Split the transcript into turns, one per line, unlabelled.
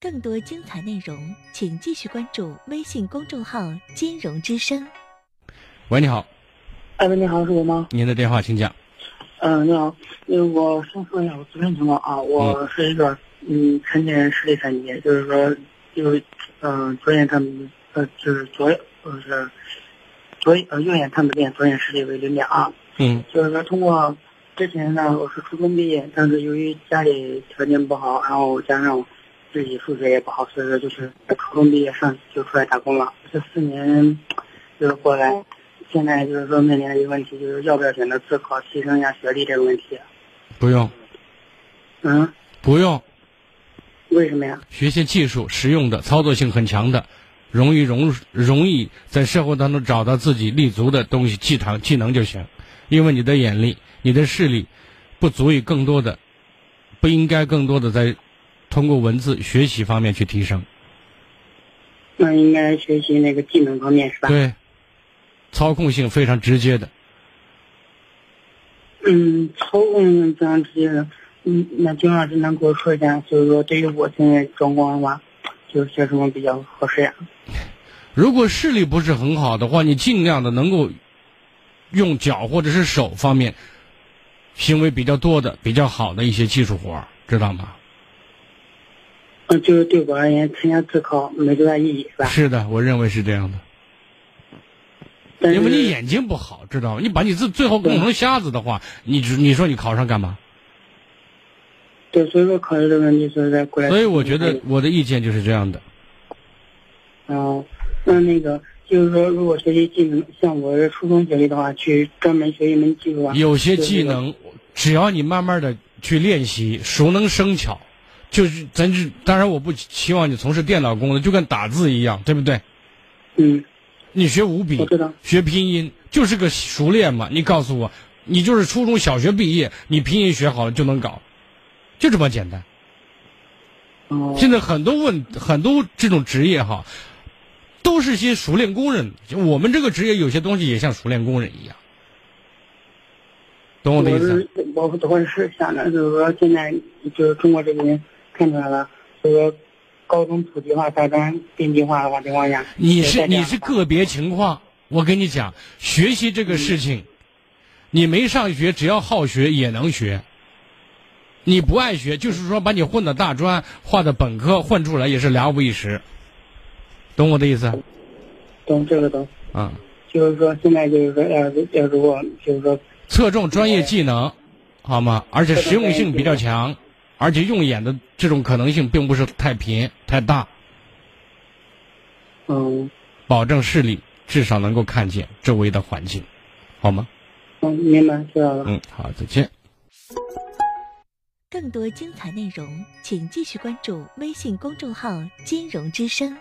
更多精彩内容，请继续关注微信公众号“金融之声
喂，你好，
哎，喂，你好，是我吗？
您的电话请讲。
嗯、你好，那个我先说一下我自身情况啊，我是一个嗯沉浸式的产业，就是说就是嗯、昨天他们呃就是昨就是昨呃右眼看不见，左眼视力为零点二，
嗯
就是说通过之前呢我是初中毕业，但是由于家里条件不好，然后加上自己数学也不好，所以说就是初中毕业上就出来打工了，这四年就是过来。现在就是说面临的一个问题，就是要不要选择自考提升一下学历这个问题。
不用，
嗯，
不用，
为什么呀？
学些技术实用的、操作性很强的，容易融容易在社会当中找到自己立足的东西、技能、技能就行。因为你的眼力、你的视力，不足以更多的，不应该更多的在通过文字学习方面去提升。
那应该学习那个技能方面是吧？
对，操控性非常直接的。
嗯，操控非常直接的。嗯，那金老师能给我说一下，就是说对于我现在状况的话，就是学什么比较合适呀、
如果视力不是很好的话，你尽量的能够用脚或者是手方面行为比较多的、比较好的一些技术活儿，知道吗？
嗯，就是对我而言，参加自考没多大意义是吧？
是的，我认为是这样的。
但是
因为你眼睛不好，知道吗？你把你自最后弄成瞎子的话，你只你说你考上干嘛？
对，所以说考虑这个问题，所以在过来。
所以我觉得我的意见就是这样的。
哦，那那个就是说，如果学习技能，像我是初中学历的话，去专门学一门技术啊，
有些技能，只要你慢慢的去练习，熟能生巧，就是咱是当然我不期望你从事电脑工作，就跟打字一样，对不对？
嗯，
你学五笔
我，知道，
学拼音就是个熟练嘛。你告诉我，你就是初中小学毕业，你拼音学好了就能搞，就这么简单。
哦，
现在很多问很多这种职业哈，都是些熟练工人。就我们这个职业有些东西也像熟练工人一样，懂我的意思啊？
是我我是想着，就是说现在就是中国这边看出来了，就是说高中普及化、大专遍地化的话情况下，
你
也
是
在这
你
样
是
吧
个别情况，我跟你讲，学习这个事情，你没上学，只要好学也能学。你不爱学，就是说把你混到大专，混到本科，混出来也是两五一十，懂我的意思啊
懂这个懂，
啊？
就是说现在就是说要是要如果就是说
侧重专业技能，好吗？而且实用性比较强，而且用眼的这种可能性并不是太频太大，
嗯
保证视力至少能够看见周围的环境，好吗？
嗯明白知道了。
嗯，好，再见。”。
更多精彩内容，请继续关注微信公众号“金融之声”。